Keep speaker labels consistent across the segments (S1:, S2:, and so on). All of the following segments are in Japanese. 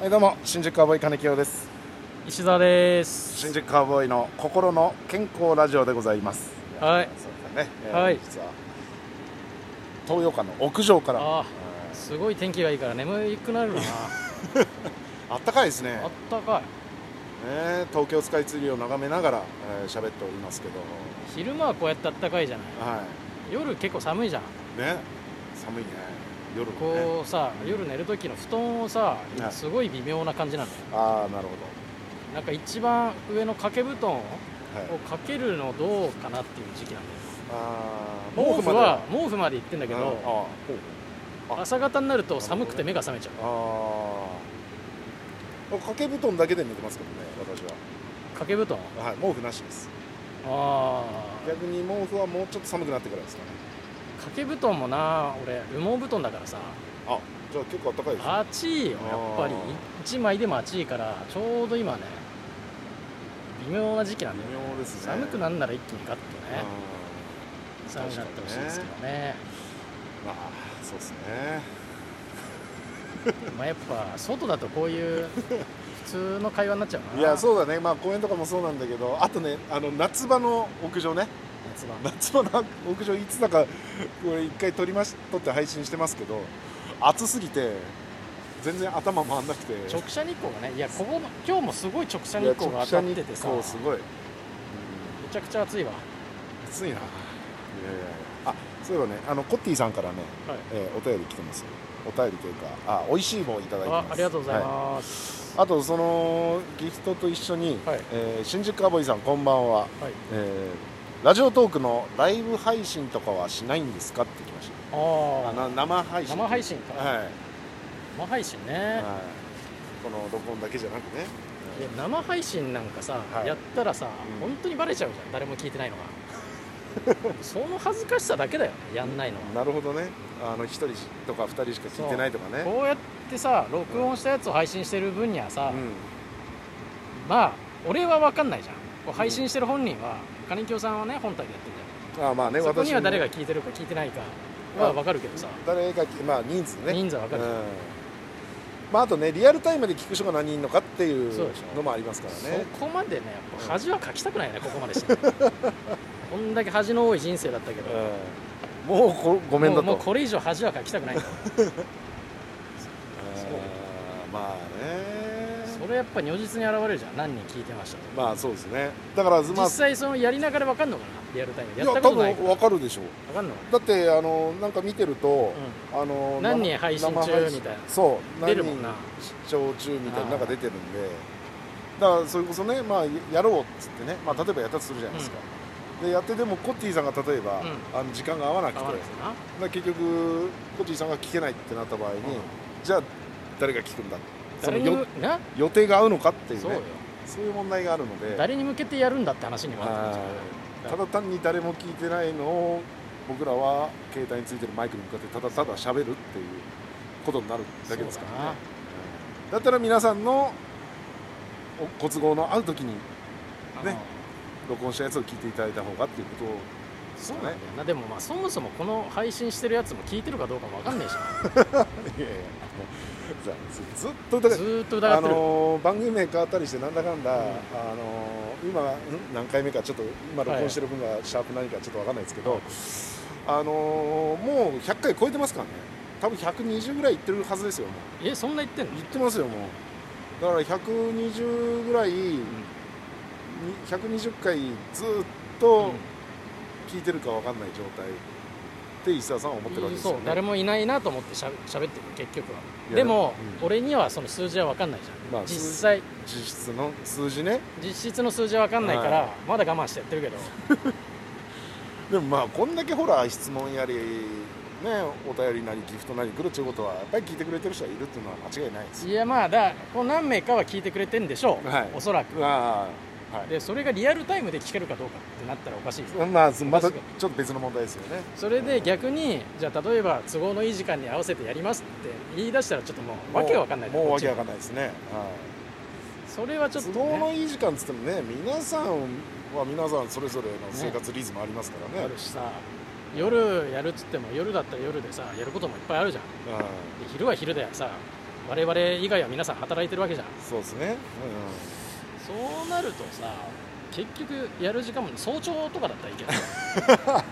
S1: はい、どうも新宿カーボーイ金清です
S2: 石澤です。
S1: 新宿カーボーイの心の健康ラジオでございます
S2: はい
S1: そうだね、えー
S2: はい
S1: 実は東洋館の屋上から
S2: あーすごい天気がいいから眠くなる な。
S1: あったかいですね
S2: あったかい。
S1: ね東京スカイツリーを眺めながらえー喋、っておりますけど
S2: 昼間はこうやってあったかいじゃない。
S1: は
S2: 夜結構寒いじゃん。
S1: いね寒いね夜もね
S2: こうさ、夜寝る時の布団をさ
S1: は、い
S2: すごい微妙な感じなのよ。
S1: ああなるほ
S2: なんか一番上の掛け布
S1: ど、
S2: 団を
S1: はい、
S2: かけるのどうかなっていう時期なん
S1: あー
S2: だよ。毛布は
S1: 毛
S2: 毛布まで行ってんだけ
S1: 布まではうん
S2: ど、
S1: あーあ
S2: 朝方になると寒くて目が覚めちゃう。
S1: あー掛け布団だけで寝てますけどね私
S2: 掛け布団。
S1: は、はい、毛布なしです
S2: ああ。
S1: 逆に毛布はもうちょっと寒くなってからですかね
S2: 掛け布団もな、俺羽毛布団だからさ。
S1: あじゃあ結構暖かいですね
S2: 暑いよやっぱり
S1: あ
S2: 1枚でも暑いからちょうど今ね微妙な時期なんだよ
S1: 微妙ですね
S2: 寒く
S1: っ
S2: なんなら一気にガッと
S1: て
S2: ね寒くなってほしいですけどね
S1: まあそうですね
S2: まあやっぱ外だとこういう普通の会話になっちゃうない
S1: いやそうだねまあ公園とかもそうなんだけどあとねあの夏場の屋上ね
S2: 夏場
S1: 夏場の屋上いつだかこれ一回撮りまし撮って配信してますけど暑すぎて全然頭回んなくて
S2: 直射日光がねいやここも今日もすごい直射
S1: い
S2: 日
S1: や
S2: 光が当たっててさ
S1: 直射日光
S2: め
S1: すごい、うん
S2: ちゃくちゃ暑いわ
S1: 暑いないやいやいやあそういえばねあのコッティさんからね、
S2: はい
S1: えーお便り来てますお便りというかあ美味しい棒いただいてま
S2: あ
S1: す
S2: ありがとうござい
S1: は
S2: ます
S1: あとそのギフトと一緒に、
S2: はい
S1: えー新宿アボイさんこんばんは、
S2: はい、
S1: えーラジオトークのライブ配信とかはしないんですかって来ましたあ
S2: あ
S1: な
S2: あ
S1: 生配信
S2: 生配信か、
S1: はい、
S2: 生配信ね、
S1: はい、この録音だけじゃなくね
S2: いや生配信なんかさ、
S1: はい
S2: やったらさ、
S1: うん
S2: 本当にバレちゃうじゃん誰も聞いてないのが その恥ずかしさだけだよねやんないの
S1: な
S2: は、
S1: るほどねあの1人とか2人しか聞いてないとかね
S2: こうやってさ録音したやつを配信してる分にはさ、
S1: うん
S2: まあ俺は分かんないじゃんこう配信してる本人は、金清さんはね本体でやってる
S1: あまあね
S2: じゃんそこ
S1: 私
S2: に
S1: も
S2: は誰が聞いてるか聞いてないか
S1: まあ
S2: は分かるけどさ、
S1: 誰がきまあ人数ね
S2: 人数は分かる、
S1: うんまあ、あとねリアルタイムで聞く人が何人いるのかっていう
S2: そうでしょ
S1: のもありますからね
S2: そこまでねやっぱ恥はかきたくないねここまでして、 ね、こんだけ恥の多い人生だったけど、
S1: うんもうこごめんだと
S2: もうもうこれ以上恥はかきたくない
S1: うん
S2: そう
S1: まあね
S2: それやっぱ如実に現れるじゃん何人聞いてましたとか
S1: まあそうですねだからまあ
S2: 実際そのやりながら分かんのかなリアルタイムで
S1: い
S2: やっ
S1: や
S2: たこ
S1: 多
S2: とない
S1: 分
S2: から
S1: わかるでしょう
S2: 分かんのか
S1: だってあのなんか見てると、あの
S2: 何人
S1: 生
S2: 配信中
S1: 生配信
S2: みたいな
S1: そう
S2: な出るもんな
S1: 視聴中みたいなのが出てるんでだからそれこそね、まあ、やろうっつってね、まあ、例えばやったとするじゃないですか、でやってでもコッティさんが例えば、
S2: うん
S1: あの時間が合わなくて
S2: 合わなくてな
S1: だから結局コッティさんが聞けないってなった場合に、じゃあ誰が聞くんだその
S2: 誰に
S1: よ
S2: むな
S1: 予定が合うのかっていう
S2: そう
S1: ね
S2: よ
S1: そういう問題があるので
S2: 誰に向けてやるんだって話にもなってくる
S1: はいただ単に誰も聞いてないのを僕らは携帯についてるマイクに向かってただただ喋るっていうことになるだけですからねうんだったら皆さんのおご都合の合う時に
S2: じゃん
S1: ね
S2: あの
S1: 録音したやつを聞いていただいた方がっていうことです
S2: そう
S1: か
S2: なん
S1: ね
S2: だよなでもまあそもそもこの配信してるやつも聞いてるかどうかも分かんないしない
S1: や いやもうずずっとだか
S2: ずーっと
S1: ら
S2: 疑
S1: あ
S2: ってる
S1: のー番組名変わったりしてなんだかんだ、
S2: うん
S1: あのー今ん何回目かちょっと今録音してる分がシャープ何かちょっとわかんないですけど、あのーもう100回超えてますからね多分120ぐらいいってるはずですよもう
S2: えそんな言ってんの
S1: いってますよもうだから120ぐらい、に120回ずっと聞いてるかわかんない状態って石澤さんは思ってるわけですよ
S2: そ
S1: ね
S2: う誰もいないなと思ってしゃ喋ってる結局はい
S1: や
S2: でも
S1: うん
S2: 俺にはその数字は分かんないじ
S1: ま
S2: ゃ
S1: あ
S2: ん実際
S1: 実質の数字ね
S2: 実質の数字は分かんないか
S1: は
S2: らまだ我慢してやってるけど
S1: でもまあこんだけほら質問やりねお便りなりギフトなり来るっていうことはやっぱり聞いてくれてる人がいるっていうのは間違いないですよ
S2: いやまあだこう何名かは聞いてくれてんでしょう、
S1: はい
S2: おそらく
S1: まあはい
S2: でそれがリアルタイムで聞けるかどうかってなったらおかしいです
S1: まあまた
S2: 確
S1: ちょ
S2: かに
S1: っと別の問題ですよね
S2: それで逆にじゃあ例えば都合のいい時間に合わせてやりますって言い出したらちょっともうわけわかんない
S1: もうもうわけわか
S2: ん
S1: んないですねはい
S2: それはちょっと、
S1: 都合の
S2: ね、
S1: いい時間っつってもね皆さんは皆さんそれぞれの生活リズムありますからね
S2: あるしさ夜やるっつっても夜だったら夜でさやることもいっぱいあるじゃん
S1: うん
S2: で昼は昼でさ我々以外は皆さん働いてるわけじゃん
S1: そうですね、
S2: そうなるとさ結局やる時間も早朝とかだったらいいけど
S1: うん、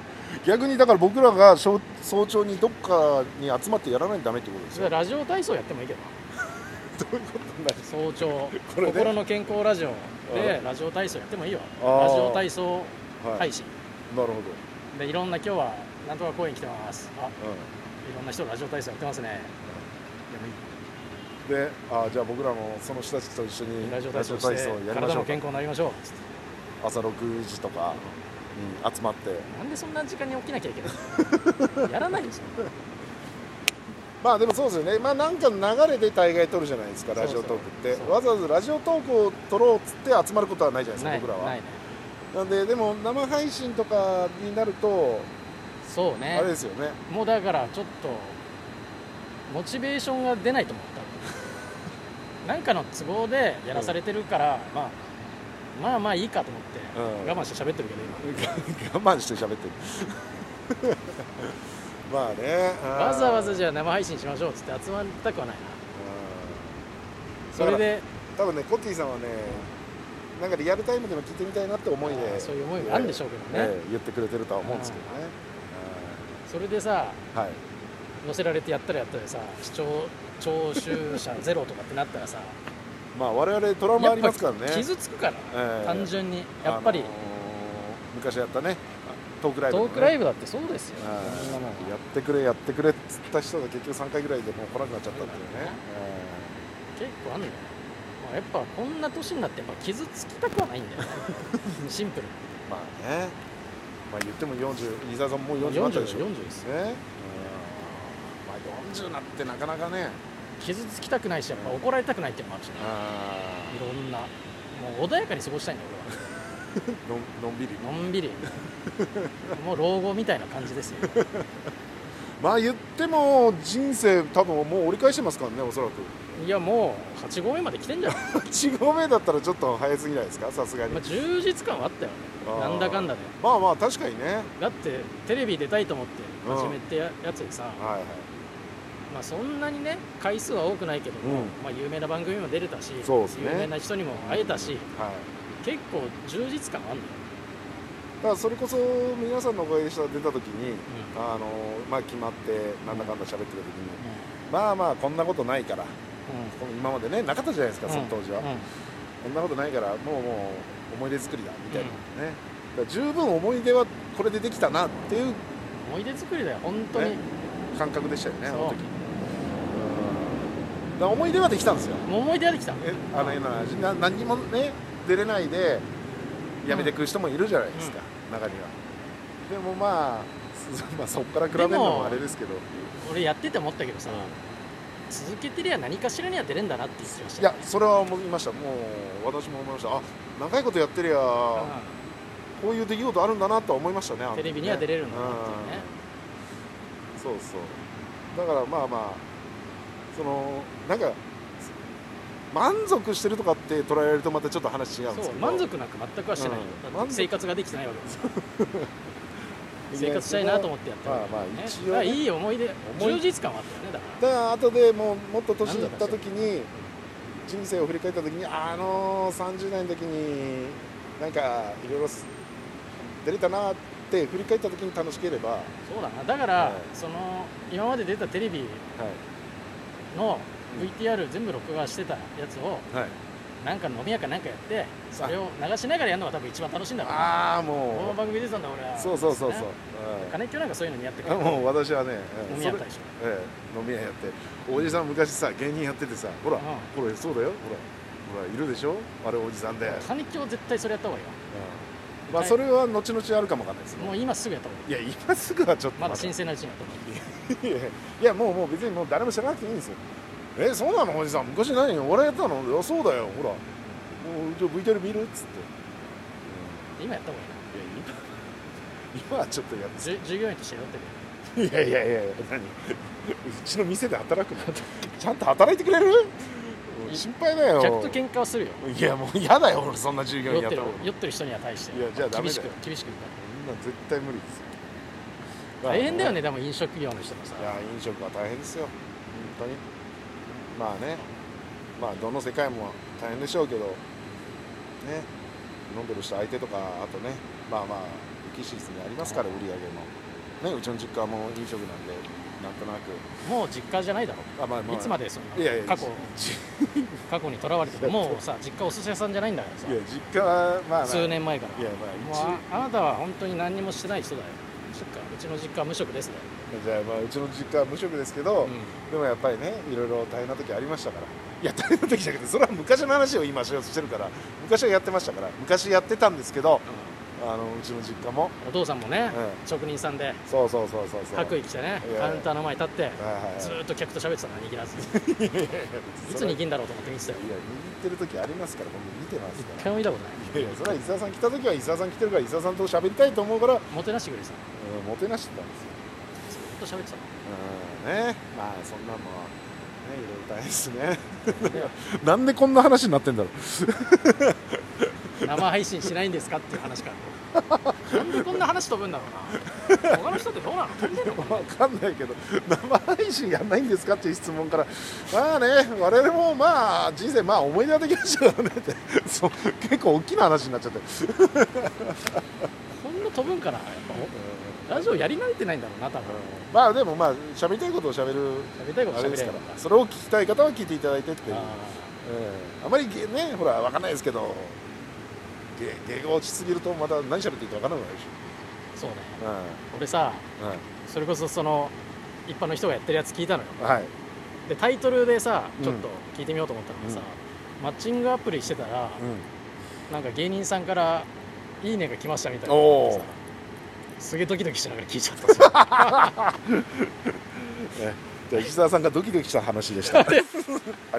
S1: 逆にだから僕らが早早朝にどっかに集まってやらないとダメってことです
S2: それ
S1: よ
S2: ラジオ体操やってもいいけど
S1: どういうことになる
S2: 早朝
S1: これで
S2: 心の健康ラジオで
S1: う
S2: ラジオ体操やってもいいよ
S1: あー
S2: ラジオ体操
S1: はい、
S2: 配信、
S1: なるほど、
S2: でいろんな今日はなんとか公園来てますあ
S1: う
S2: いろんな人ラジオ体操やってますねでもいい
S1: ん、であーじゃあ僕らもその人たちと一緒に
S2: ラジオ体操して
S1: ラジオ体操やりま
S2: 体
S1: しょ
S2: も
S1: うか
S2: 健康になりましょうつって
S1: 朝6時とかに集まって
S2: なんでそんな時間に起きなきゃいけ ないのやらないでしょ
S1: まあでもそうですよねまあなんか流れで大概撮るじゃないですか
S2: そう
S1: ラ
S2: そ
S1: ジ
S2: う
S1: オトークって
S2: そう
S1: わざわざラジオトークを撮ろうっつって集まることはないじゃない
S2: な
S1: で
S2: い
S1: すか僕らは
S2: ないね
S1: なんででも生配信とかになると
S2: そう
S1: あ
S2: ね
S1: れですよね
S2: もうだからちょっとモチベーションが出ないと思った なんかの都合でやらされてるから、まあまあまあいいかと思っ
S1: う
S2: て、
S1: ん
S2: 我慢して喋ってるけど今
S1: 我慢して喋ってるまあね
S2: わざわざ
S1: ゃ
S2: じゃあ生配信しましょうっつって集まりたくはないなそれで
S1: 多分ねコッティさんはねなんかリアルタイムでも聞いてみたいなって思い
S2: あ
S1: で
S2: ーそういう思いがあるんでしょうけどね、
S1: ええ言ってくれてるとは思うんですけどね
S2: それでさ
S1: うんはい
S2: 載せられてやったらやったらさ視聴聴衆者ゼロとかってなったらさ
S1: まあ我々トラウマありますからね
S2: やっぱ傷つくから、
S1: ええ
S2: 単純にやっぱり、
S1: あのー昔やったねトークライブ、ね、
S2: トークライ
S1: ブ
S2: ブだってそうですよ、そんなもん
S1: やってくれやってくれっつった人が結局3回ぐらいでもう来なくなっちゃったっていうね
S2: 結構あんだよ、まあ、やっぱこんな年になってやっぱ傷つきたくはないんだ よねシンプ
S1: う
S2: ル
S1: んまあねまあ言っても40伊沢さんもう40になったでしょね、
S2: 40です
S1: うんまあ40になってなかなかね
S2: 傷つきたくないしやっぱ怒られたくないっていうのもあるしね
S1: あ
S2: いろんなもう穏やかに過ごしたいんだよ
S1: ーのんのんびり
S2: 俺はのんび りもう老後みたいな感じですよ
S1: まあ言っても人生多分もう折り返してますからねおそらく
S2: いやもう8合目まで来てんじゃん、
S1: 8合目だったらちょっと早すぎないですかさすがに
S2: まあ、充実感はあったよ
S1: あー
S2: なんだかんだで
S1: まあまあ確かにね
S2: だってテレビ出たいと思って始めてややつでさ、
S1: はいはい
S2: まあ、そんなにね回数は多くないけども、
S1: うん
S2: まあ、有名な番組も出れたし、
S1: そうですね
S2: 有名な人にも会えたし
S1: はい
S2: 結構充実感はあるん
S1: だ
S2: だよ、
S1: からそれこそ皆さんのおかげでした出た時に、あのまあ、決まってなんだかんだ喋ってた時に、まあまあこんなことないからこの今までねなかったじゃないですかその当時は、
S2: うんうん
S1: こんなことないからもうもう思い出作りだみたいなね、だから十分思い出はこれでできたなっていう
S2: 思い出作りだよ本当に、
S1: ね感覚でしたよねあの
S2: そ
S1: 時うんだから思い出はできたんですよ
S2: うもう思い出できた
S1: えあの
S2: うん
S1: 今の話な何にもね出れないで辞めてく人もいるじゃないですか、中にはでもまあ そまあそこから比べるの
S2: でも
S1: もあれですけど
S2: 俺やってて思ったけどさ、続けてりゃ何かしらには出れんだなって言ってました
S1: いやそれは思いましたもう私も思いましたあ長いことやってりゃこ
S2: う
S1: ういう出来事あるんだなとは思いましたねあの
S2: ん
S1: 時ね
S2: テレビには出れるんだなっていうね
S1: うんそうそうだからまあまあそのなんか満足してるとかって捉えられるとまたちょっと話違うんで
S2: そ
S1: す
S2: う
S1: けど
S2: 満足なんか全くはしてないよ
S1: うん、
S2: だって
S1: 満足
S2: 生活ができてないわけですから生活したいなと思ってやってるわけだからね
S1: まあまあ一応ね
S2: だからいい思い出
S1: 思い
S2: 充実感はあったよねだから
S1: だから後でもうもっと年いった時に人生を振り返った時にあの30代の時になんかいろいろ出れたなって振り返った時に楽しければ、はい、
S2: そうだなだから、
S1: はい
S2: その今まで出たテレビの
S1: うん
S2: VTR 全部録画してたやつを
S1: はい、
S2: なんか飲み屋かなんかやってそれを流しながらやるのが多分一番楽しいんだろうな
S1: ああ
S2: この
S1: も
S2: 番組出てたんだ俺は
S1: うそうそうそうそう、
S2: ね金っきょなんかそういうのにやってく
S1: う
S2: れ
S1: ん、
S2: る
S1: もう私はね、うん
S2: 飲み屋やったでしょ
S1: それええ飲み屋やっておじさん昔さ芸人やっててさほら、
S2: う
S1: ほらそうだよほらほらいるでしょあれおじさんで、うん
S2: 金っきょ絶対それやった方がいいよ
S1: まあそれは後々あるかもわかんないですよ
S2: もう今すぐやった方がいい
S1: いや今すぐはちょっと
S2: まだ新鮮なうちにやった方がいい
S1: いやいやもうもう別にもう誰も知らなくていいんですよえそうなのおじさん昔何お笑いやってたのいやそうだよほらもうじゃあ VTR 見るっつって、
S2: 今やった方がいいな
S1: うんいや今今はちょっとやっ
S2: じゅ従業員としてやってる
S1: ていやいやいやいや何うちの店で働くのちゃんと働いてくれるうん心配だよ
S2: 客と喧嘩はするよ
S1: いやもう嫌だよ俺そんな従業
S2: 酔
S1: 員
S2: っ
S1: やってた
S2: る
S1: らそん
S2: 酔ってる人には対して
S1: いやじゃあダメ
S2: 厳
S1: だ
S2: し
S1: よ
S2: く厳しく言う
S1: なん絶対無理ですよ
S2: から大変だよ
S1: ね
S2: ねでも飲食業の人もさ
S1: いや飲食は大変ですよ本当にまあねまあどの世界も大変でしょうけどね飲んでる人相手とかあとねまあまあ浮き沈みありますから売り上げもねうちの実家も飲食なんでなんとなく
S2: もう実家じゃないだろ
S1: あまあまあ
S2: いつまでそんない
S1: やいや
S2: 過去
S1: じ
S2: 過去にとらわれててもうさ実家お寿司屋さんじゃないんだからさ
S1: いや実家はまあ、まあ、
S2: 数年前か
S1: い
S2: ら
S1: や
S2: もう
S1: まあ
S2: ああなたは本当に何にもしてない人だよそっかうちの実家は無職ですね、
S1: 一じゃあまあうちの実家は無職ですけど、
S2: うん
S1: でもやっぱりねいろいろ大変な時ありましたからいや大変な時じゃなくてそれは昔の話を今しようとしてるから昔はやってましたから昔やってたんですけどあのうちの実家も
S2: お父さんもね、
S1: え
S2: 職人さんで
S1: そうそうそうそうそう
S2: 白衣着てね
S1: いや
S2: カウンターの前に立って
S1: はいはいはい
S2: ずーっと客と喋ってたの握らずにいつ
S1: それ
S2: 握んだろうと思って見てたよ
S1: いや握ってる時ありますから僕見てます
S2: 一
S1: か
S2: 回
S1: ら
S2: も見たことない
S1: いやいやそれは伊沢さん来た時は伊沢さん来てるから伊沢さんと喋りたいと思うから、うん、
S2: もてなしてくれてたの
S1: もてなしてたんですよ
S2: ずーっと喋ってたの
S1: うんねまあそんなもんねいろいろ大変ですね なんでこんな話になってんだろう
S2: 生配信しないんですかっていう話からなんでこんな話飛ぶんだろうな他の人ってどうなの飛んでんの
S1: わかんないけど生配信やんないんですかっていう質問からまあね我々もまあ人生まあ思い出はできましたからねって そう結構大きな話になっちゃって
S2: こんな飛ぶんかなやっぱラジオやり慣れてないんだろうな多分
S1: まあでもまあ喋りたいことを喋る
S2: 喋りたいこと
S1: あれ
S2: 喋
S1: で
S2: れ
S1: す
S2: る
S1: か
S2: からら
S1: それを聞きたい方は聞いていただいてっていう
S2: あ
S1: うんあまりげねほらわかんないですけど芸芸が落ちすぎるとまた何喋っていいかわからなくなるでし
S2: ーそうね
S1: ょ、うん
S2: 俺さ
S1: う
S2: それこそその一般の人がやってるやつ聞いたのよ
S1: ん、はい
S2: でタイトルでさ
S1: うん
S2: ちょっと聞いてみようと思ったのがさ、マッチングアプリしてたら、なんか芸人さんから「いいね」が来ましたみたいな
S1: おー
S2: さすげえドキドキしながら聞いちゃったさ
S1: じゃあ石澤さんがドキドキした話でしたありがとうございます